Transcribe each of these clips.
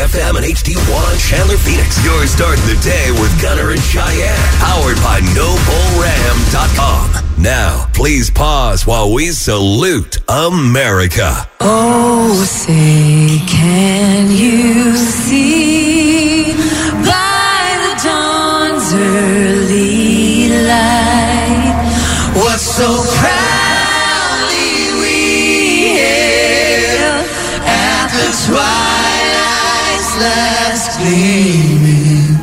FM E and HD1 Chandler Phoenix. You're starting the day with Gunner and Cheyenne. Powered by NobleRam.com. Now, please pause while we salute America. Oh, say, can you see by the dawn's early light what so proudly we hailed at the twilight's last gleaming,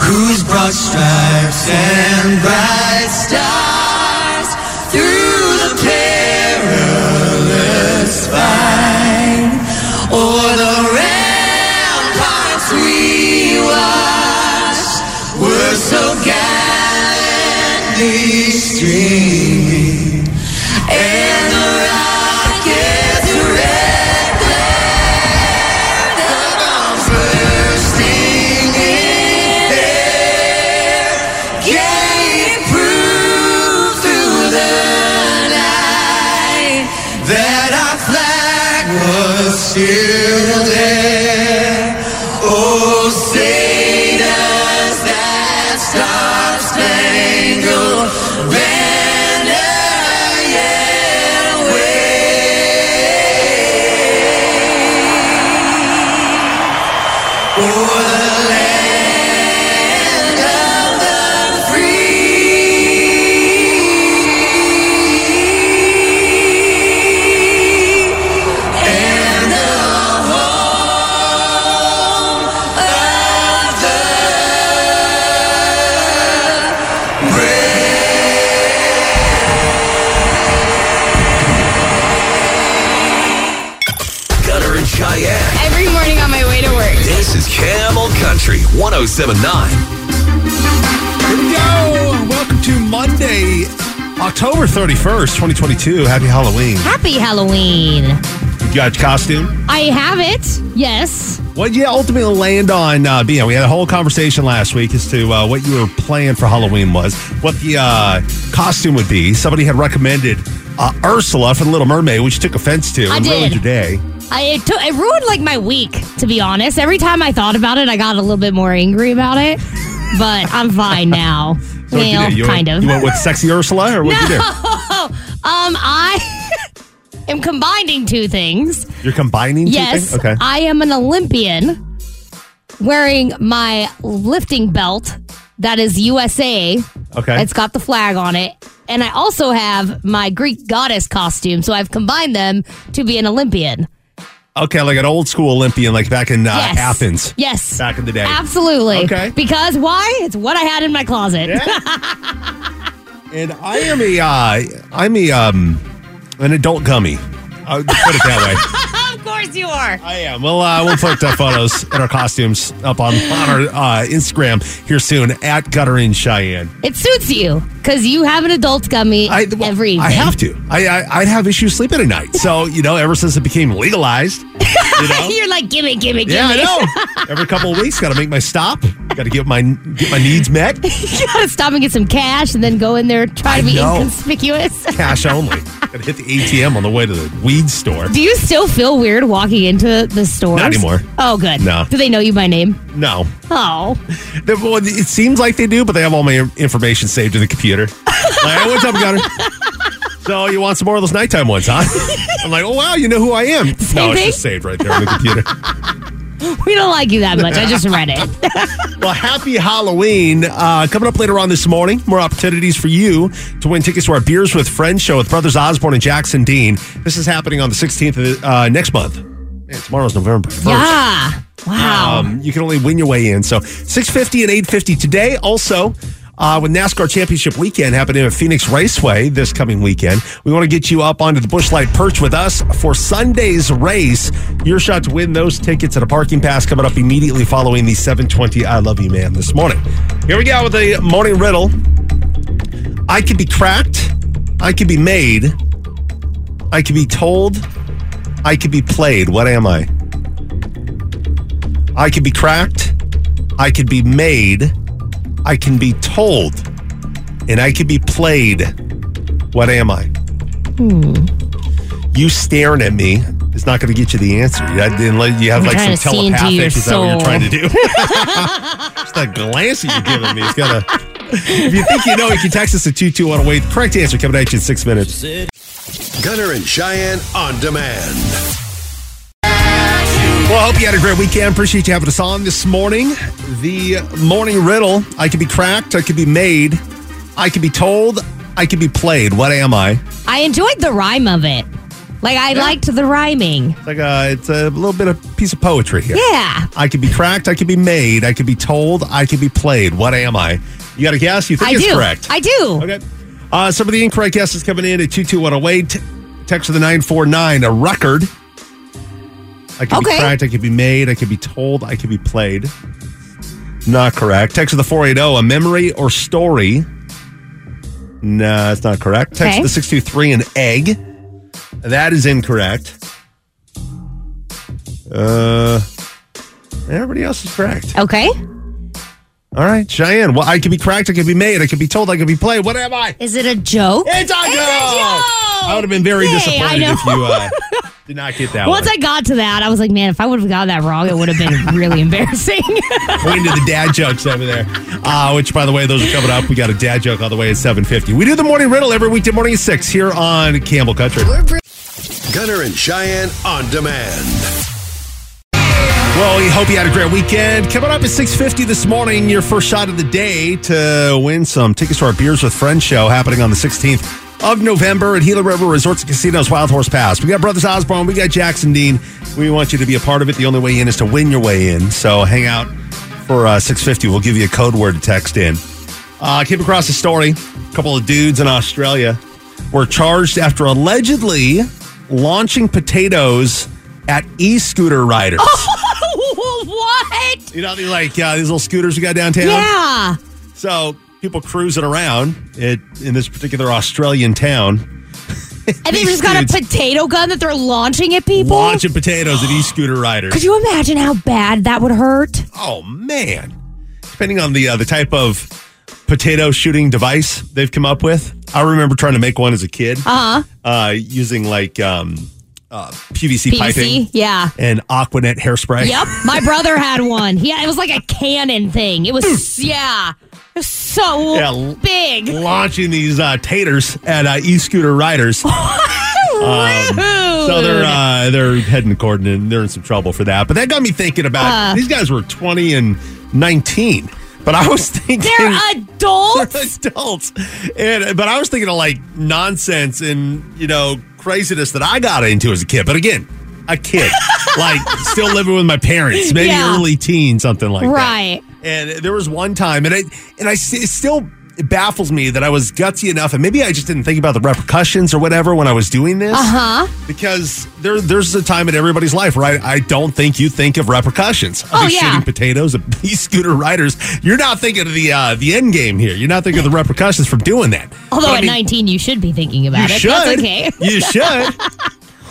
whose broad stripes and bright stars through the perilous fight o'er the ramparts we watched were so gallantly streaming and the rockets red glare the bombs bursting in air gave proof through the night that our flag was still there. Oh, say does that star spangled banner yet wave o'er the land of the free? And the home of the Gunner and Cheyenne. Every morning on my way to work. This is Camel Country 1079. Here we go. Welcome to Monday, October 31st, 2022. Happy Halloween. Happy Halloween. You got your costume? I have it. Yes. What you ultimately land on, uh, you know, we had a whole conversation last week as to uh, what you were playing for Halloween was, what the uh, costume would be. Somebody had recommended uh, Ursula from The Little Mermaid, which you took offense to I and ruined your did. day. I, it, took, it ruined like my week, to be honest. Every time I thought about it, I got a little bit more angry about it. But I'm fine now. So what'd you well, do? You kind went, of. You went with sexy Ursula, or what would you do? um, I am combining two things. You're combining two yes, things? Okay. I am an Olympian wearing my lifting belt that is USA okay. It's got the flag on it. And I also have my Greek goddess costume. So I've combined them to be an Olympian. okay, like an old school Olympian, like back in uh, Yes. Athens. Yes. Back in the day. Absolutely. Okay. Because why? It's what I had in my closet. and I am a, uh, I'm a, um, an adult gummy. I would put it that way. of course you are. I am. Well, uh, we'll put uh, photos and our costumes up on, on our uh, Instagram here soon at Gutter in Cheyenne. It suits you because you have an adult gummy I, well, every evening. I have to. I, I I'd have issues sleeping at night. So you know, ever since it became legalized, you know, You're like, gimme, gimme, gimme. yeah, I know. Every couple of weeks, got to make my stop. Got to get my get my needs met. you gotta stop and get some cash and then go in there try I to be know. inconspicuous. Cash only. Got to hit the ATM on the way to the weed store. Do you still feel weird walking into the store? Not anymore. Oh, good. No. Do they know you by name? No, Oh. The- well, it seems like they do, but they have all my in- information saved in the computer. like, "Hey, what's up, Gunner? So you want some more of those nighttime ones, huh? I'm like, oh wow, you know who I am. no, it's thing? just saved right there on the computer. We don't like you that much. I just read it. well, happy Halloween. Uh, coming up later on this morning, more opportunities for you to win tickets to our Beers with Friends show with Brothers Osborne and Jackson Dean. This is happening on the 16th of the, uh, next month. Man, tomorrow's November 1st. Yeah. Wow. Um, you can only win your way in. So 650 and 850 today. Also, uh, with NASCAR Championship Weekend happening at Phoenix Raceway this coming weekend, we want to get you up onto the Bushlight Perch with us for Sunday's race. Your shot to win those tickets and a parking pass coming up immediately following the 720 I Love You Man this morning. Here we go with the morning riddle. I could be cracked. I could be made. I could be told. I could be played. What am I? I could be cracked. I could be made. I can be told. And I could be Hmm. played. What am I? You staring at me is not going to get you the answer. You, unless you have I'm like trying some to see into telepathic. your is that what you're soul. trying to do? Just that glance that you're giving me. It's got to. If you think you know, you can text us at two two one away. Correct answer coming at you in six minutes. Gunner and Cheyenne on demand. Well, I hope you had a great weekend. Appreciate you having us on this morning. The morning riddle I could be cracked, I could be made, I could be told, I could be played. What am I? I enjoyed the rhyme of it. Like I liked the rhyming. It's like a, it's a little bit of piece of poetry here. Yeah. I could be cracked, I could be made, I could be told, I could be played. What am I? You got a guess? You think I it's do. correct? I do. Okay. Uh, some of the incorrect guesses coming in at 22108. Text to the 949, a record. I could be Okay. cracked, I could be made, I could be told, I could be played. Not correct. Text to the 480, a memory or story. Nah, that's not correct. Text Okay. to the 623, an egg. That is incorrect. Uh, everybody else is correct. Okay. All right, Cheyenne. Well, I could be cracked, I could be made, I could be told, I could be played. What am I? Is it a joke? It's a It's a joke! joke! I would have been very Yay, I disappointed know. if you uh, did not get that Once one. I got to that, I was like, man, if I would have got that wrong, it would have been really embarrassing. Pointing to the dad jokes over there. Uh, which, by the way, those are coming up. We got a dad joke all the way at 7.50. We do the morning riddle every weekday morning at 6 here on Campbell Country. Gunner and Cheyenne on demand. Well, we hope you had a great weekend. Coming up at 6.50 this morning, your first shot of the day to win some tickets to our Beers with Friends show happening on the 16th of November at Gila River Resorts and Casinos, Wild Horse Pass. We got Brothers Osborne, we got Jackson Dean. We want you to be a part of it. The only way in is to win your way in. So hang out for uh, 6.50. We'll give you a code word to text in. Uh, came across a story. A couple of dudes in Australia were charged after allegedly launching potatoes at e-scooter riders. what? You know, they like uh, these little scooters we got downtown. Yeah. So people cruising around it, in this particular Australian town, And they These just got a dudes- potato gun that they're launching at people. launching potatoes at e-scooter riders. Could you imagine how bad that would hurt? oh man! Depending on the uh, the type of potato shooting device they've come up with, I remember trying to make one as a kid. Uh-huh. Uh, using like um, uh, PVC, PVC? piping Yeah. and Aquanet hairspray. Yep. My brother had one. Yeah, it was like a cannon thing. It was yeah. It was so Yeah, l- big. Launching these uh, taters at uh, e-scooter riders. Rude. Um, So they're uh, they're heading to court and they're in some trouble for that. But that got me thinking about these guys were twenty and nineteen, but I was thinking They're they're adults. adults. And but I was thinking of like nonsense and you know craziness that I got into as a kid. But again, a kid, like still living with my parents, maybe Yeah. early teen, something like that. Right. And there was one time, and I and I s- it still. It baffles me that I was gutsy enough, and maybe I just didn't think about the repercussions or whatever when I was doing this Huh? because there there's a time in everybody's life, right? I don't think you think of repercussions. Oh, Are they yeah. shooting potatoes at these scooter riders? You're not thinking of the uh, the end game here. You're not thinking of the repercussions from doing that. Although But I at mean, 19 you should be thinking you about it. should. That's okay. You should.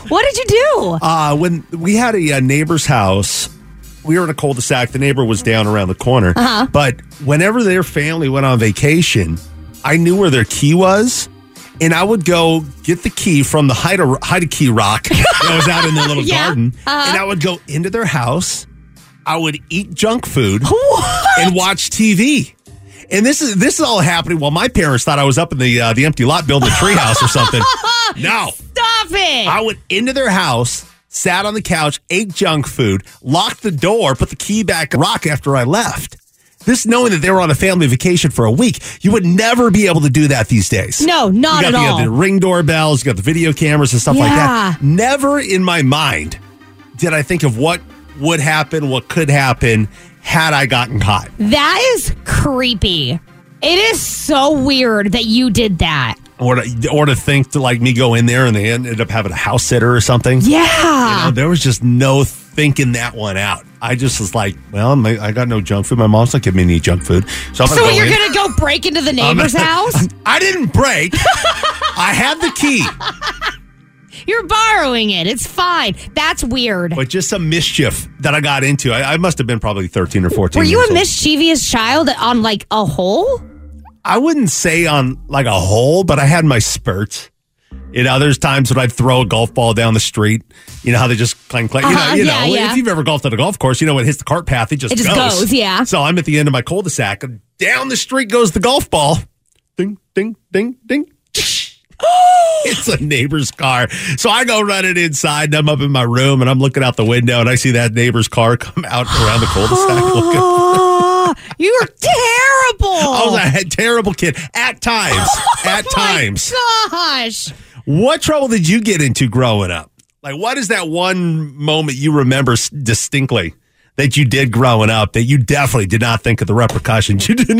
What did you do? Uh, when we had a, uh neighbor's house, we were in a cul-de-sac. The neighbor was down around the corner. Uh-huh. But whenever their family went on vacation, I knew where their key was. And I would go get the key from the hide a, hide a key rock that was out in their little Yeah. garden. And I would go into their house. I would eat junk food and watch TV. And this is this is all happening while my parents thought I was up in the uh, the empty lot building a treehouse or something. No, Stop it. I went into their house, sat on the couch, ate junk food, locked the door, put the key back in the rock after I left. This knowing that they were on a family vacation for a week, you would never be able to do that these days. No, not you got at the, all. the ring doorbells, you got the video cameras and stuff like Yeah. that. Never in my mind did I think of what would happen, what could happen had I gotten caught. That is creepy. It is so weird that you did that. Or to, or to think to like me go in there and they ended up having a house sitter or something. Yeah. Uh, there was just no thinking that one out. I just was like, well, my, I got no junk food. My mom's not giving me any junk food. So, I'm so gonna go you're in. going to go break into the I'm neighbor's gonna- house? I didn't break. I had the key, You're borrowing it. It's fine. That's weird. but just some mischief that I got into. I, I must have been probably 13 or 14. Were you years a old. mischievous child on like a hole? I wouldn't say on like a whole, but I had my spurts. In others times when I'd throw a golf ball down the street, you know how they just clang clang. You know, Uh-huh, you yeah, know yeah. if you've ever golfed at a golf course, you know when it hits the cart path, it just It just goes, yeah. So I'm at the end of my cul-de-sac. and Down the street goes the golf ball. Ding ding ding ding. It's a neighbor's car. So I go running inside and I'm up in my room and I'm looking out the window and I see that neighbor's car come out around the cul-de-sac looking. Oh, you were terrible. I was Oh. a terrible kid at times. At times. Gosh. What trouble did you get into growing up? Like, what is that one moment you remember s- distinctly that you did growing up that you definitely did not think of the repercussions? You didn't.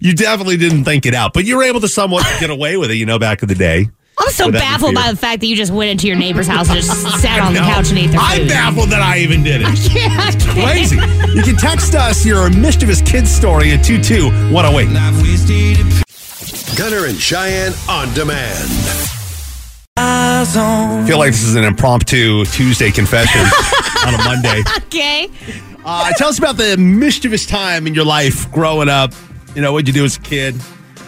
You definitely didn't think it out, but you were able to somewhat get away with it. You know, back in the day. I'm so Without the baffled fear. by the fact that you just went into your neighbor's house and just sat on the No. couch and ate their I'm food. baffled that I even did it. Yeah, I can't. Crazy. you can text us your mischievous kid story at 22108. Gunner and Cheyenne on demand. I feel like this is an impromptu Tuesday confession on a Monday. Okay. Uh, tell us about the mischievous time in your life growing up. You know, what'd you do as a kid?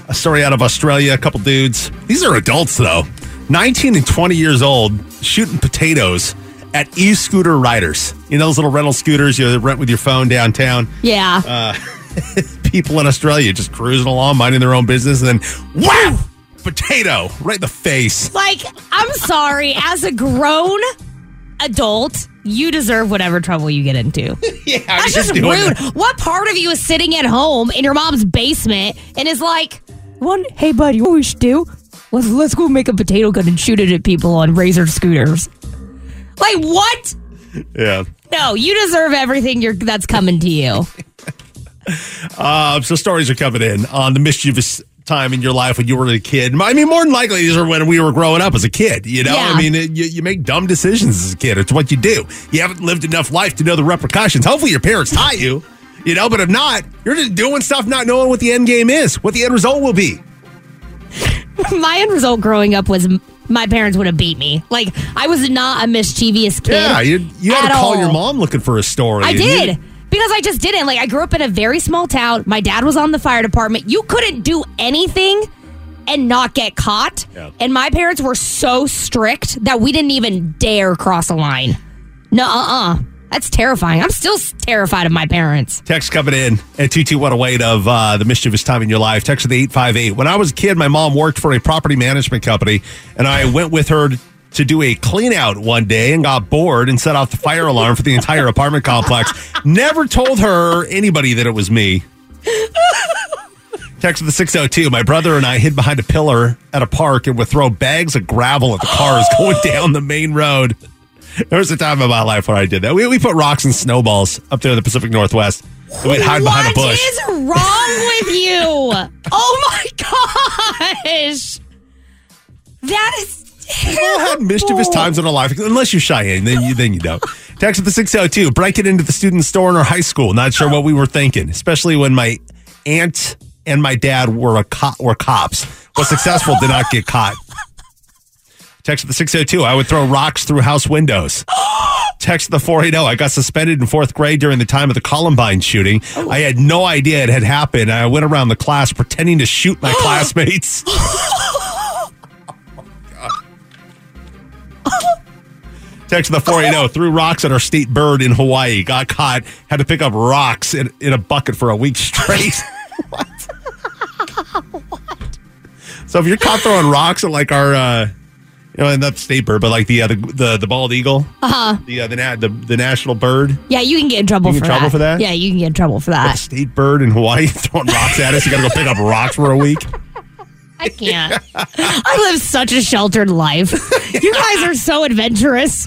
A story out of Australia, a couple dudes. These are adults, though. 19 and 20 years old, shooting potatoes at e scooter riders. You know, those little rental scooters you rent with your phone downtown. Yeah. Uh. People in Australia just cruising along, minding their own business, and then wow, potato right in the face. like, I'm sorry. As a grown adult, you deserve whatever trouble you get into. Yeah, That's just rude. What part of you is sitting at home in your mom's basement and is like, "One, hey bud, you know what we should do? Let's let's go make a potato gun and shoot it at people on razor scooters." Like what? Yeah. No, you deserve everything you're, that's coming to you. Uh, so stories are coming in on the mischievous time in your life when you were a kid. I mean, more than likely, these are when we were growing up as a kid. You know, Yeah. I mean, it, you, you make dumb decisions as a kid. It's what you do. You haven't lived enough life to know the repercussions. Hopefully, your parents taught you. You know, but if not, you're just doing stuff not knowing what the end game is, what the end result will be. my end result growing up was m- my parents would have beat me. Like I was not a mischievous kid. Yeah, you, you had at to call all. your mom looking for a story. I and you- did because I just didn't. Like I grew up in a very small town. My dad was on the fire department. You couldn't do anything and not get caught. Yeah. And my parents were so strict that we didn't even dare cross a line. No, uh, uh that's terrifying. I'm still s- terrified of my parents. Text coming in at 22108 of uh, the mischievous time in your life. Text to the 858. When I was a kid, my mom worked for a property management company, and I went with her to do a clean out one day and got bored and set off the fire alarm for the entire apartment complex. Never told her or anybody that it was me. Text to the 602. My brother and I hid behind a pillar at a park and would throw bags of gravel at the cars going down the main road. There was a time in my life where I did that. We, we put rocks and snowballs up there in the Pacific Northwest. and We'd hide behind a What bush. is wrong with you? Oh my gosh, that is We've terrible. all had mischievous times in our life, unless you're Cheyenne, then you then you don't. Text at the 602. Breaking into the student store in our high school. Not sure what we were thinking, especially when my aunt and my dad were a cop were cops. Was successful, did not get caught. Text at the 602. I would throw rocks through house windows. Text the 480. I got suspended in fourth grade during the time of the Columbine shooting. I had no idea it had happened. I went around the class pretending to shoot my classmates. Text the 480 threw rocks at our state bird in Hawaii, got caught, had to pick up rocks in, in a bucket for a week straight. What? So if you're caught throwing rocks at like our, uh, you know, and not the state bird, but like the uh, the, the the bald eagle, uh-huh. the uh, the, na- the the national bird, Yeah, you can get in trouble You for can get in trouble that. for that? Yeah, you can get in trouble for the that. state bird in Hawaii throwing rocks at us. You got to go pick up rocks for a week. I can't. I live such a sheltered life. You guys are so adventurous.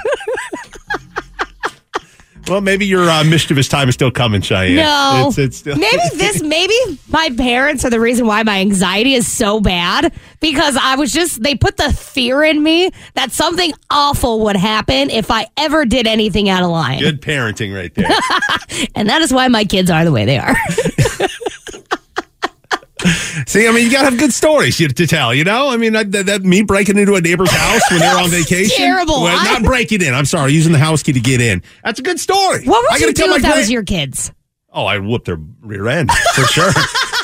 Well, maybe your uh, mischievous time is still coming, Cheyenne. No. it's, it's still. maybe this, maybe my parents are the reason why my anxiety is so bad because I was just, they put the fear in me that something awful would happen if I ever did anything out of line. Good parenting right there. And that is why my kids are the way they are. See, I mean, you gotta have good stories you- to tell. You know, I mean, I, that, that me breaking into a neighbor's house when they're on vacation. Terrible. Well, I- not breaking in. I'm sorry, using the house key to get in. That's a good story. What I would gotta you tell do my if that was grand- your kids? Oh, I whooped their rear end for sure.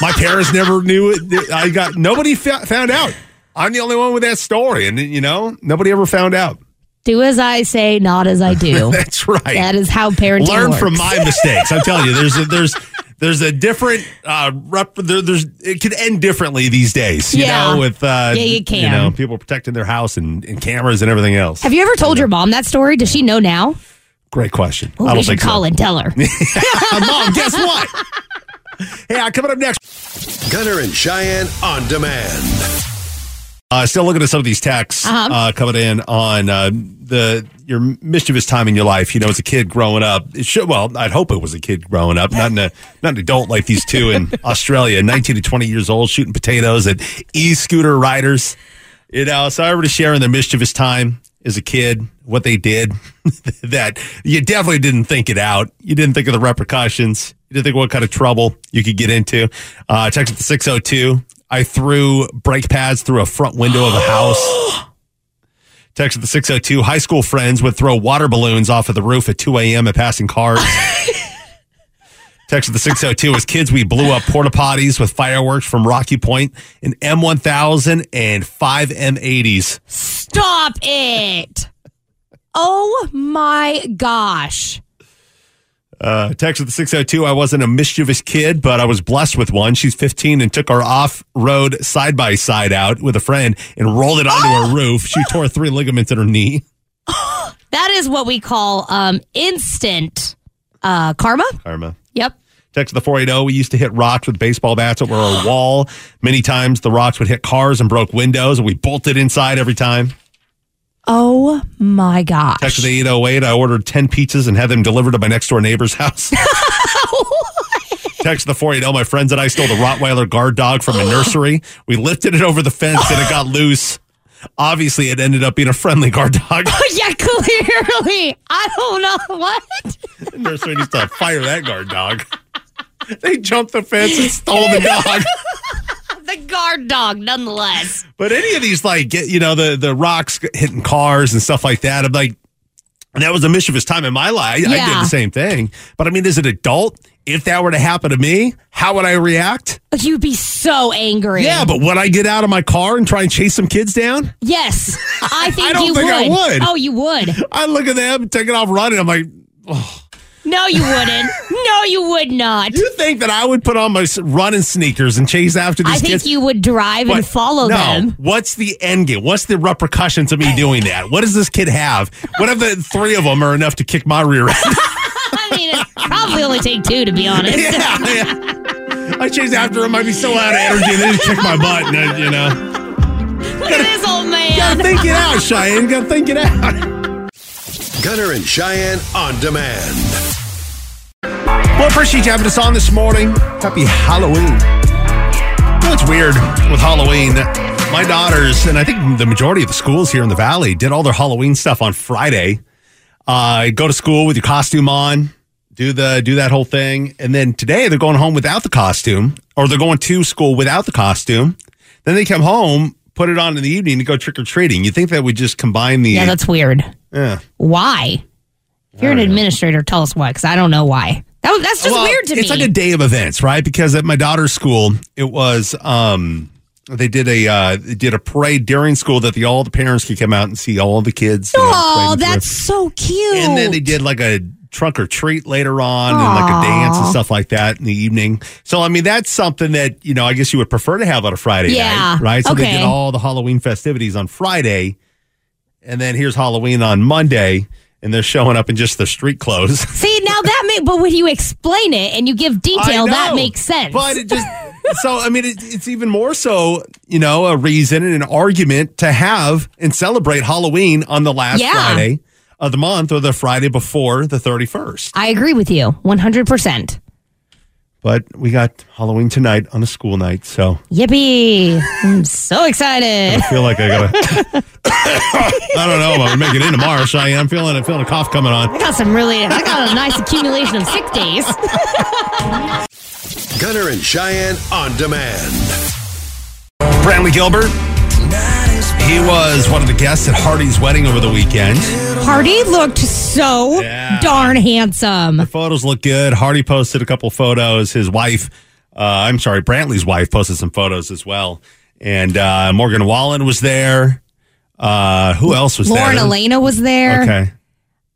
my parents never knew it. I got nobody fa- found out. I'm the only one with that story. And, you know, nobody ever found out. Do as I say, not as I do. That's right. that is how parenting Learn works. from my mistakes. I'm telling you, there's a, there's there's a different uh, rep, there, there's it can end differently these days. You Yeah. know, with uh, Yeah, you can. know people protecting their house and, and cameras and everything else. Have you ever told your mom that story? Does she know now? Great question. Ooh, I we don't should think call so. Uh, and tell her. Mom, guess what? hey, uh, coming up next. Gunner and Cheyenne on demand. Uh, still looking at some of these texts uh Uh-huh. coming in on uh, the your mischievous time in your life. You know, as a kid growing up, it should, well, I'd hope it was a kid growing up, not an, a, not an adult like these two in Australia, nineteen to twenty years old, shooting potatoes at e-scooter riders. You know, uh, so everybody sharing their mischievous time as a kid, what they did that you definitely didn't think it out. You didn't think of the repercussions. You didn't think what kind of trouble you could get into. Uh, text at the 602. I threw brake pads through a front window of a house. Text at the 602. High school friends would throw water balloons off of the roof at 2 a.m. at passing cars. Text at the 602. As kids, we blew up porta potties with fireworks from Rocky Point and M1000 and five M80s. Stop it. Oh my gosh. Uh, text with the 602. I wasn't a mischievous kid, but I was blessed with one. She's 15 and took our off road side by side out with a friend and rolled it onto her roof. She tore three ligaments in her knee. That is what we call um, instant uh, karma. Karma. Yep. Text to the 480. We used to hit rocks with baseball bats that were a wall. Many times the rocks would hit cars and broke windows, and we bolted inside every time. Oh my gosh. Text to the 808. I ordered 10 pizzas and had them delivered to my next door neighbor's house. Text to the 480. My friends and I stole the Rottweiler guard dog from a nursery. We lifted it over the fence and it got loose. Obviously, it ended up being a friendly guard dog. yeah, clearly. I don't know what. The nursery needs to fire that guard dog. They jumped the fence and stole the dog. The guard dog, nonetheless. But any of these, like get- you know, the the rocks hitting cars and stuff like that, I'm like, that was a mischievous time in my life. I did Yeah. the same thing. But I mean, as an adult, if that were to happen to me, how would I react? You'd be so angry. Yeah, but would I get out of my car and try and chase some kids down? Yes. I think I don't you think I would. would. Oh, you would. I look at them, take it off running. I'm like, No, you wouldn't. no, you would not. you think that I would put on my s- running sneakers and chase after these I think kids? you would drive What? and follow no. them. What's the end game? What's the repercussions of me doing that? What does this kid have? What if the three of them are enough to kick my rear end? I mean, it probably only take two, to be honest. yeah, yeah. I chase after him. I'd be so out of energy. They just kick my butt. And, uh, you know, Look at this old gotta man. think it out, Cheyenne. Gotta think it out. Gunner and Cheyenne on demand. Well, appreciate you having us on this morning. Happy Halloween. You know, it's weird with Halloween. My daughters, and I think the majority of the schools here in the Valley, did all their Halloween stuff on Friday. Uh, go to school with your costume on, do the do that whole thing, and then today they're going home without the costume, or they're going to school without the costume. Then they come home, put it on in the evening to go trick or treating. You think that would just combine the? Yeah, that's weird. Yeah. Why? If you're an administrator, tell us why, because I don't know why. That, was- that's just Well, weird to it's me. like a day of events, right? Because at my daughter's school, it was um they did a uh, they did a parade during school that the all the parents could come out and see all the kids. you know, oh, parading through. that's so cute. and then they did like a trunk or treat later on and like a dance and stuff like that in the evening. So I mean that's something that, you know, I guess you would prefer to have on a Friday Yeah, night. Right. So they okay. did all the Halloween festivities on Friday and then here's Halloween on Monday and they're showing up in just their street clothes. See, now that make, but when you explain it and you give detail, I that know, makes sense. But it just so I mean, it, it's even more so, you know, a reason and an argument to have and celebrate Halloween on the last Yeah. Friday of the month or the Friday before the thirty first. I agree with you 100%. But we got Halloween tonight on a school night, so Yippee. I'm so excited. I feel like I gotta. I don't know. if I'm gonna make it in tomorrow, Cheyenne. I'm feeling I'm feeling a cough coming on. I got some really, I got a nice accumulation of sick days. Gunner and Cheyenne on demand. Brantley Gilbert. He was one of the guests at Hardy's wedding over the weekend. Hardy looked so Yeah. darn handsome. photos look good. Hardy posted a couple photos. His wife, uh, I'm sorry, Brantley's wife posted some photos as well. and uh, Morgan Wallen was there. Uh, who else was Lauren there? Elena was there. Okay,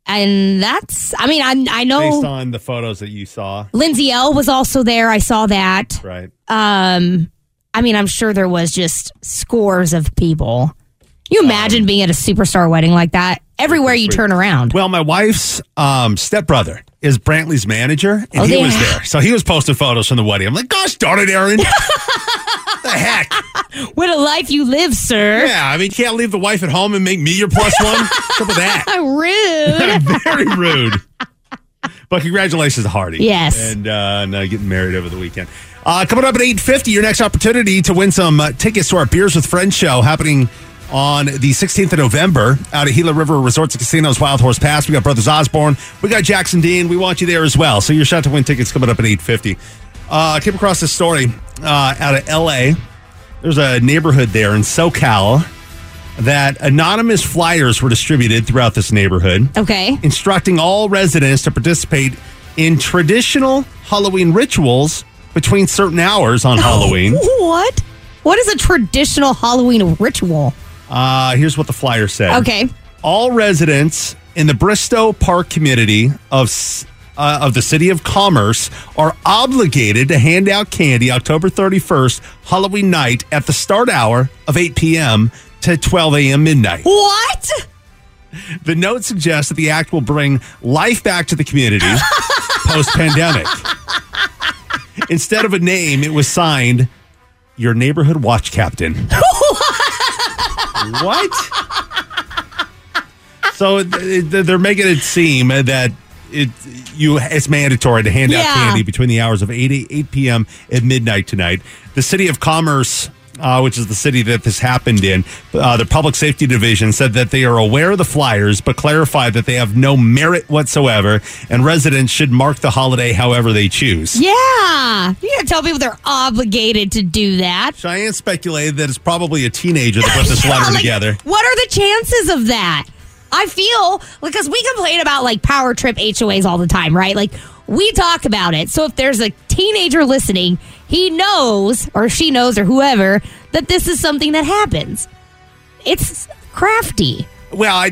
And that's, I mean, I, I based know on the photos that you saw, Lindsay L was also there. I saw that. right? Um, I mean, I'm sure there was just scores of people. Can you imagine Um, being at a superstar wedding like that? Everywhere you turn around. Well, my wife's um, stepbrother is Brantley's manager, and Oh, he yeah. was there. So he was posting photos from the wedding. I'm like, gosh darn it, Aaron. the heck? What a life you live, sir. Yeah, I mean, you can't leave the wife at home and make me your plus one. What's up with that? Rude. Very rude. But congratulations to Hardy. Yes. And, uh, and uh, getting married over the weekend. Uh, coming up at 8.50, your next opportunity to win some uh, tickets to our Beers with Friends show happening on the 16th of November out at Gila River Resorts and Casinos, Wild Horse Pass. We got Brothers Osborne. We got Jackson Dean. We want you there as well. So your shot to win tickets coming up at 8.50. Uh, I came across this story uh, out of L.A. There's a neighborhood there in SoCal that anonymous flyers were distributed throughout this neighborhood okay. instructing all residents to participate in traditional Halloween rituals between certain hours on Halloween. What? What is a traditional Halloween ritual? Uh, here's what the flyer said. Okay. All residents in the Bristow Park community of s- uh, of the city of Commerce are obligated to hand out candy October 31st, Halloween night, at the start hour of 8 p.m. to 12 a.m. midnight. What? The note suggests that the act will bring life back to the community post pandemic. Instead of a name, it was signed Your Neighborhood Watch Captain. what? So th- th- they're making it seem that. It you it's mandatory to hand out Yeah. candy between the hours of 8, 8 p.m. and midnight tonight. The city of commerce, uh, which is the city that this happened in, uh, the public safety division said that they are aware of the flyers, but clarified that they have no merit whatsoever, and residents should mark the holiday however they choose. Yeah. You gotta tell people they're obligated to do that. Cheyenne speculated that it's probably a teenager that put this Yeah, letter like, together. What are the chances of that? I feel because we complain about like power trip HOAs all the time, right? Like we talk about it. So if there's a teenager listening, he knows or she knows or whoever that this is something that happens. It's crafty. Well, I,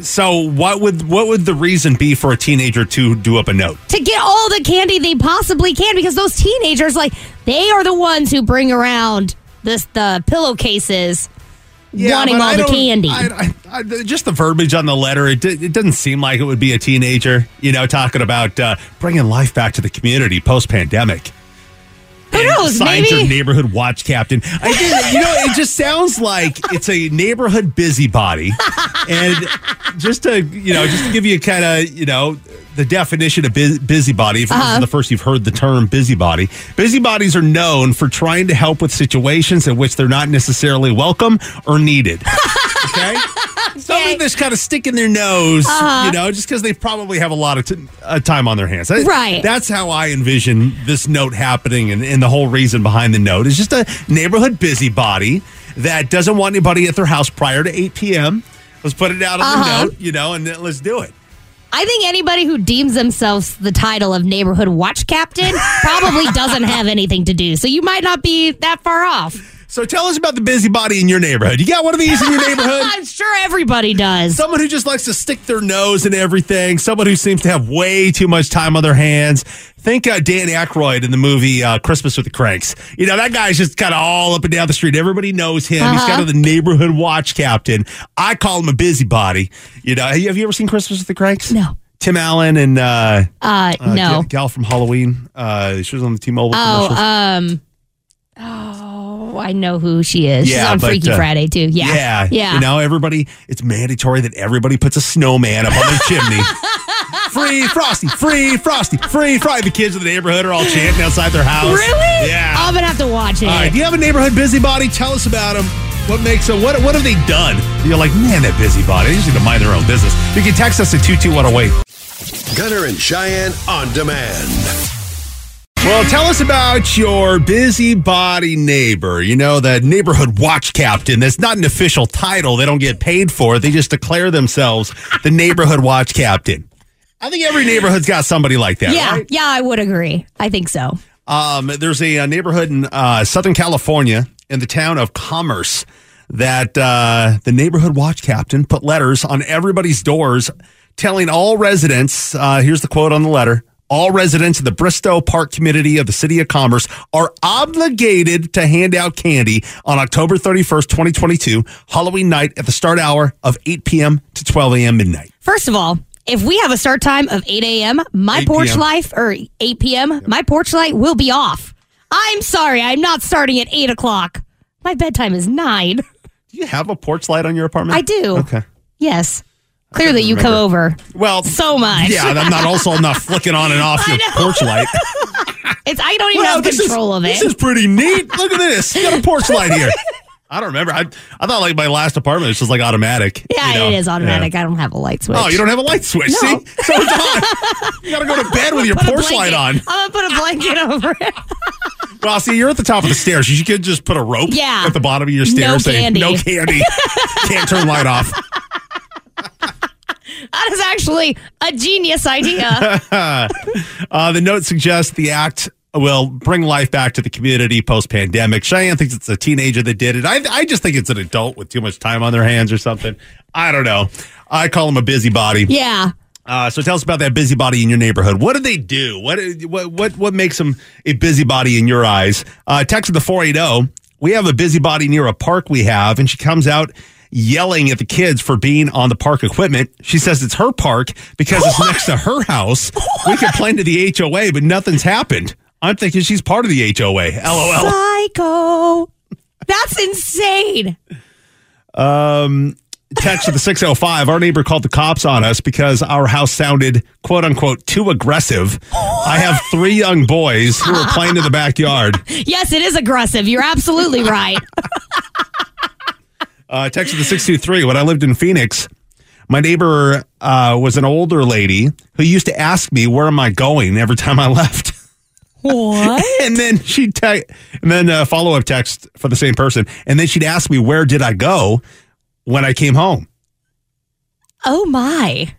so what would what would the reason be for a teenager to do up a note? to get all the candy they possibly can because those teenagers like they are the ones who bring around this the pillowcases wanting but all I the don't- candy. I, I, I, just the verbiage on the letter, it, di- it doesn't seem like it would be a teenager, you know, talking about uh, bringing life back to the community post pandemic. Who knows? your Maybe neighborhood watch captain. I did, you know, it just sounds like it's a neighborhood busybody, and just to you know, just to give you kind of you know the definition of bu- busybody. If Uh-huh. this is the first you've heard the term busybody, busybodies are known for trying to help with situations in which they're not necessarily welcome or needed. Okay. Something that's kind of sticking their nose, Uh-huh. you know, just because they probably have a lot of t- uh, time on their hands. I- Right. That's how I envision this note happening, and, and the whole reason behind the note is just a neighborhood busybody that doesn't want anybody at their house prior to 8 p.m. Let's put it out on Uh-huh. the note, you know, and then let's do it. I think anybody who deems themselves the title of neighborhood watch captain probably doesn't have anything to do. So you might not be that far off. So tell us about the busybody in your neighborhood. You got one of these in your neighborhood? I'm sure everybody does. Someone who just likes to stick their nose in everything. Someone who seems to have way too much time on their hands. Think uh, Dan Aykroyd in the movie uh, Christmas with the Cranks. You know, that guy's just kind of all up and down the street. Everybody knows him. He's Uh-huh. kind of the neighborhood watch captain. I call him a busybody. You know, have you, have you ever seen Christmas with the Cranks? No. Tim Allen and uh, Uh, uh, no. gal, gal from Halloween. Uh, she was on the T-Mobile Oh, commercials. um, oh, I know who she is. She's Yeah, on but, Freaky uh, Friday too. Yeah, Yeah. yeah. You know, everybody, it's mandatory that everybody puts a snowman up on their chimney. Free Frosty, free Frosty, free Frosty. The kids in the neighborhood are all chanting outside their house. Really? Um, Yeah. I'm gonna have to watch it. all right. Do you have a neighborhood busybody? Tell us about them. What makes them? What, what have they done? You're like, man, that busybody. They just need to mind their own business. You can text us at 22108. Gunner and Cheyenne on demand. Well, tell us about your busybody neighbor. You know, that neighborhood watch captain. That's not an official title. They don't get paid for it. They just declare themselves the neighborhood watch captain. I think every neighborhood's got somebody like that. yeah, right? yeah, I would agree. I think so. Um, there's a, uh neighborhood in uh, Southern California in the town of Commerce that uh, the neighborhood watch captain put letters on everybody's doors telling all residents uh, here's the quote on the letter all residents of the Bristow Park community of the City of Commerce are obligated to hand out candy on October 31st, 2022, Halloween night at the start hour of 8 p.m. to 12 a.m. midnight. First of all, if we have a start time of 8 a.m., my 8 porch PM. life or 8 p.m., my porch light will be off. I'm sorry, I'm not starting at 8 o'clock. My bedtime is 9. Do you have a porch light on your apartment? I do. Okay. Yes. Clearly, you come over. Well, So much. Yeah, I'm not also not flicking on and off I your know. porch light. It's I don't even Wow, have this is- control of it. This is pretty neat. Look at this. You got a porch light here. I don't remember. I, I thought like my last apartment was just like automatic. yeah, you know? it is automatic. Yeah. I don't have a light switch. Oh, you don't have a light switch. See, so it's on. You got to go to bed with your Put a porch light blanket- on. I'm gonna put a blanket over it. Well, see, you're at the top of the stairs. You could just put a rope Yeah. at the bottom of your No stairs saying candy. "No candy." Can't turn light off. That is actually a genius idea. Uh, the note suggests the act will bring life back to the community post pandemic. Cheyenne thinks it's a teenager that did it. I, I just think it's an adult with too much time on their hands or something. I don't know. I call him a busybody. yeah. Uh, so tell us about that busybody in your neighborhood. What do they do? What what what, what makes them a busybody in your eyes? Uh, text the four eight zero. We have a busybody near a park we have, and she comes out yelling at the kids for being on the park equipment. She says it's her park because it's next to her house. We complained to the HOA, but nothing's happened. I'm thinking she's part of the HOA. LOL. Psycho. That's insane. text to the 605 our neighbor called the cops on us because our house sounded quote unquote too aggressive i have three young boys who are playing in the backyard Yes, it is aggressive. You're absolutely right. uh, text to the 623 when i lived in phoenix my neighbor uh, was an older lady who used to ask me where am i going every time i left what? and then she'd te- and then uh, follow-up text for the same person and then she'd ask me where did i go when i came home Oh my.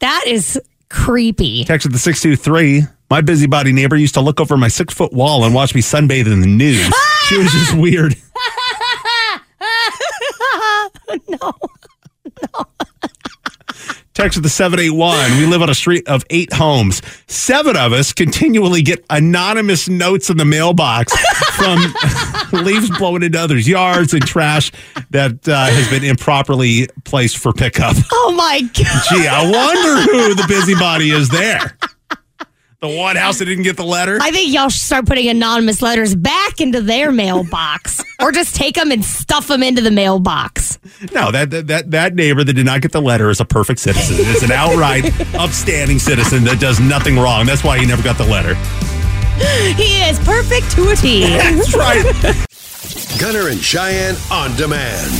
That is creepy. Texted the 623. My busybody neighbor used to look over my six foot wall and watch me sunbathe in the nude. she was just weird. no. Texted the 781. We live on a street of eight homes. Seven of us continually get anonymous notes in the mailbox from leaves blown into others' yards and trash that uh, has been improperly placed for pickup. Oh my god. Gee, I wonder who the busybody is there. The one house that didn't get the letter? I think y'all should start putting anonymous letters back into their mailbox or just take them and stuff them into the mailbox. No, that that- that that neighbor that did not get the letter is a perfect citizen. It's an outright upstanding citizen that does nothing wrong. That's why he never got the letter. He is perfect to a T. That's right. Gunner and Cheyenne on demand.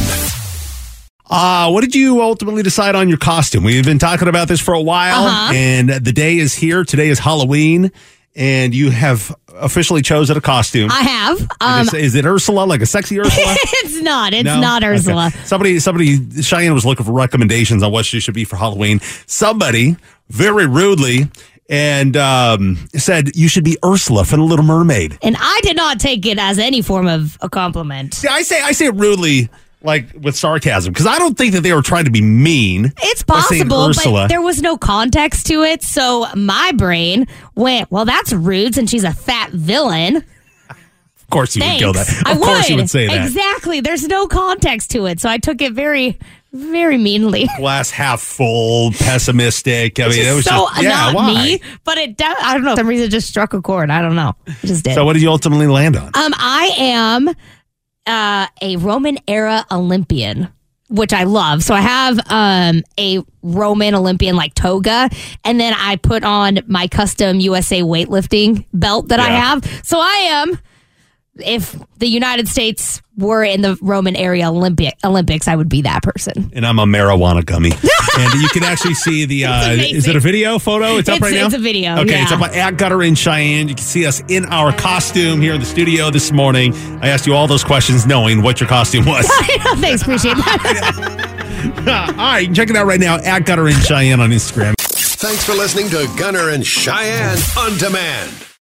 Uh, what did you ultimately decide on your costume? We've been talking about this for a while, Uh-huh. and the day is here. Today is Halloween, and you have officially chosen a costume. I have. And Um, it's- is, it Ursula, like a sexy Ursula? it's not. It's No? not Okay. Ursula. Somebody, somebody, Cheyenne was looking for recommendations on what she should be for Halloween. Somebody very rudely and um, said you should be Ursula from The Little Mermaid. And I did not take it as any form of a compliment. See, I say, I say it rudely, like with sarcasm, because I don't think that they were trying to be mean. It's by saying possible, Ursula. but there was no context to it. So my brain went, well, that's rude since she's a fat villain. of course, you Thanks. would go that. Of I would. course, you would say that. Exactly. There's no context to it. So I took it very, very meanly. Glass half full, pessimistic. I mean, it was so just, yeah, not why? me, but it, de- I don't know. For some reason it just struck a chord. I don't know. It just did. So, what did you ultimately land on? Um, I am uh, a Roman era Olympian, which I love. So I have um, a Roman Olympian like toga, and then I put on my custom USA weightlifting belt that I Yeah. have. So I am. If the United States were in the Roman era Olympic Olympics, I would be that person. and I'm a marijuana gummy. and you can actually see the uh, It's amazing. is it a video photo? It's up It's- right now. it's a video, Okay, yeah. it's up at Gutter in Cheyenne. You can see us in our costume here in the studio this morning. I asked you all those questions knowing what your costume was. Thanks, appreciate that. all right, you can check it out right now at Gutter in Cheyenne on Instagram. Thanks for listening to Gunner and Cheyenne on demand.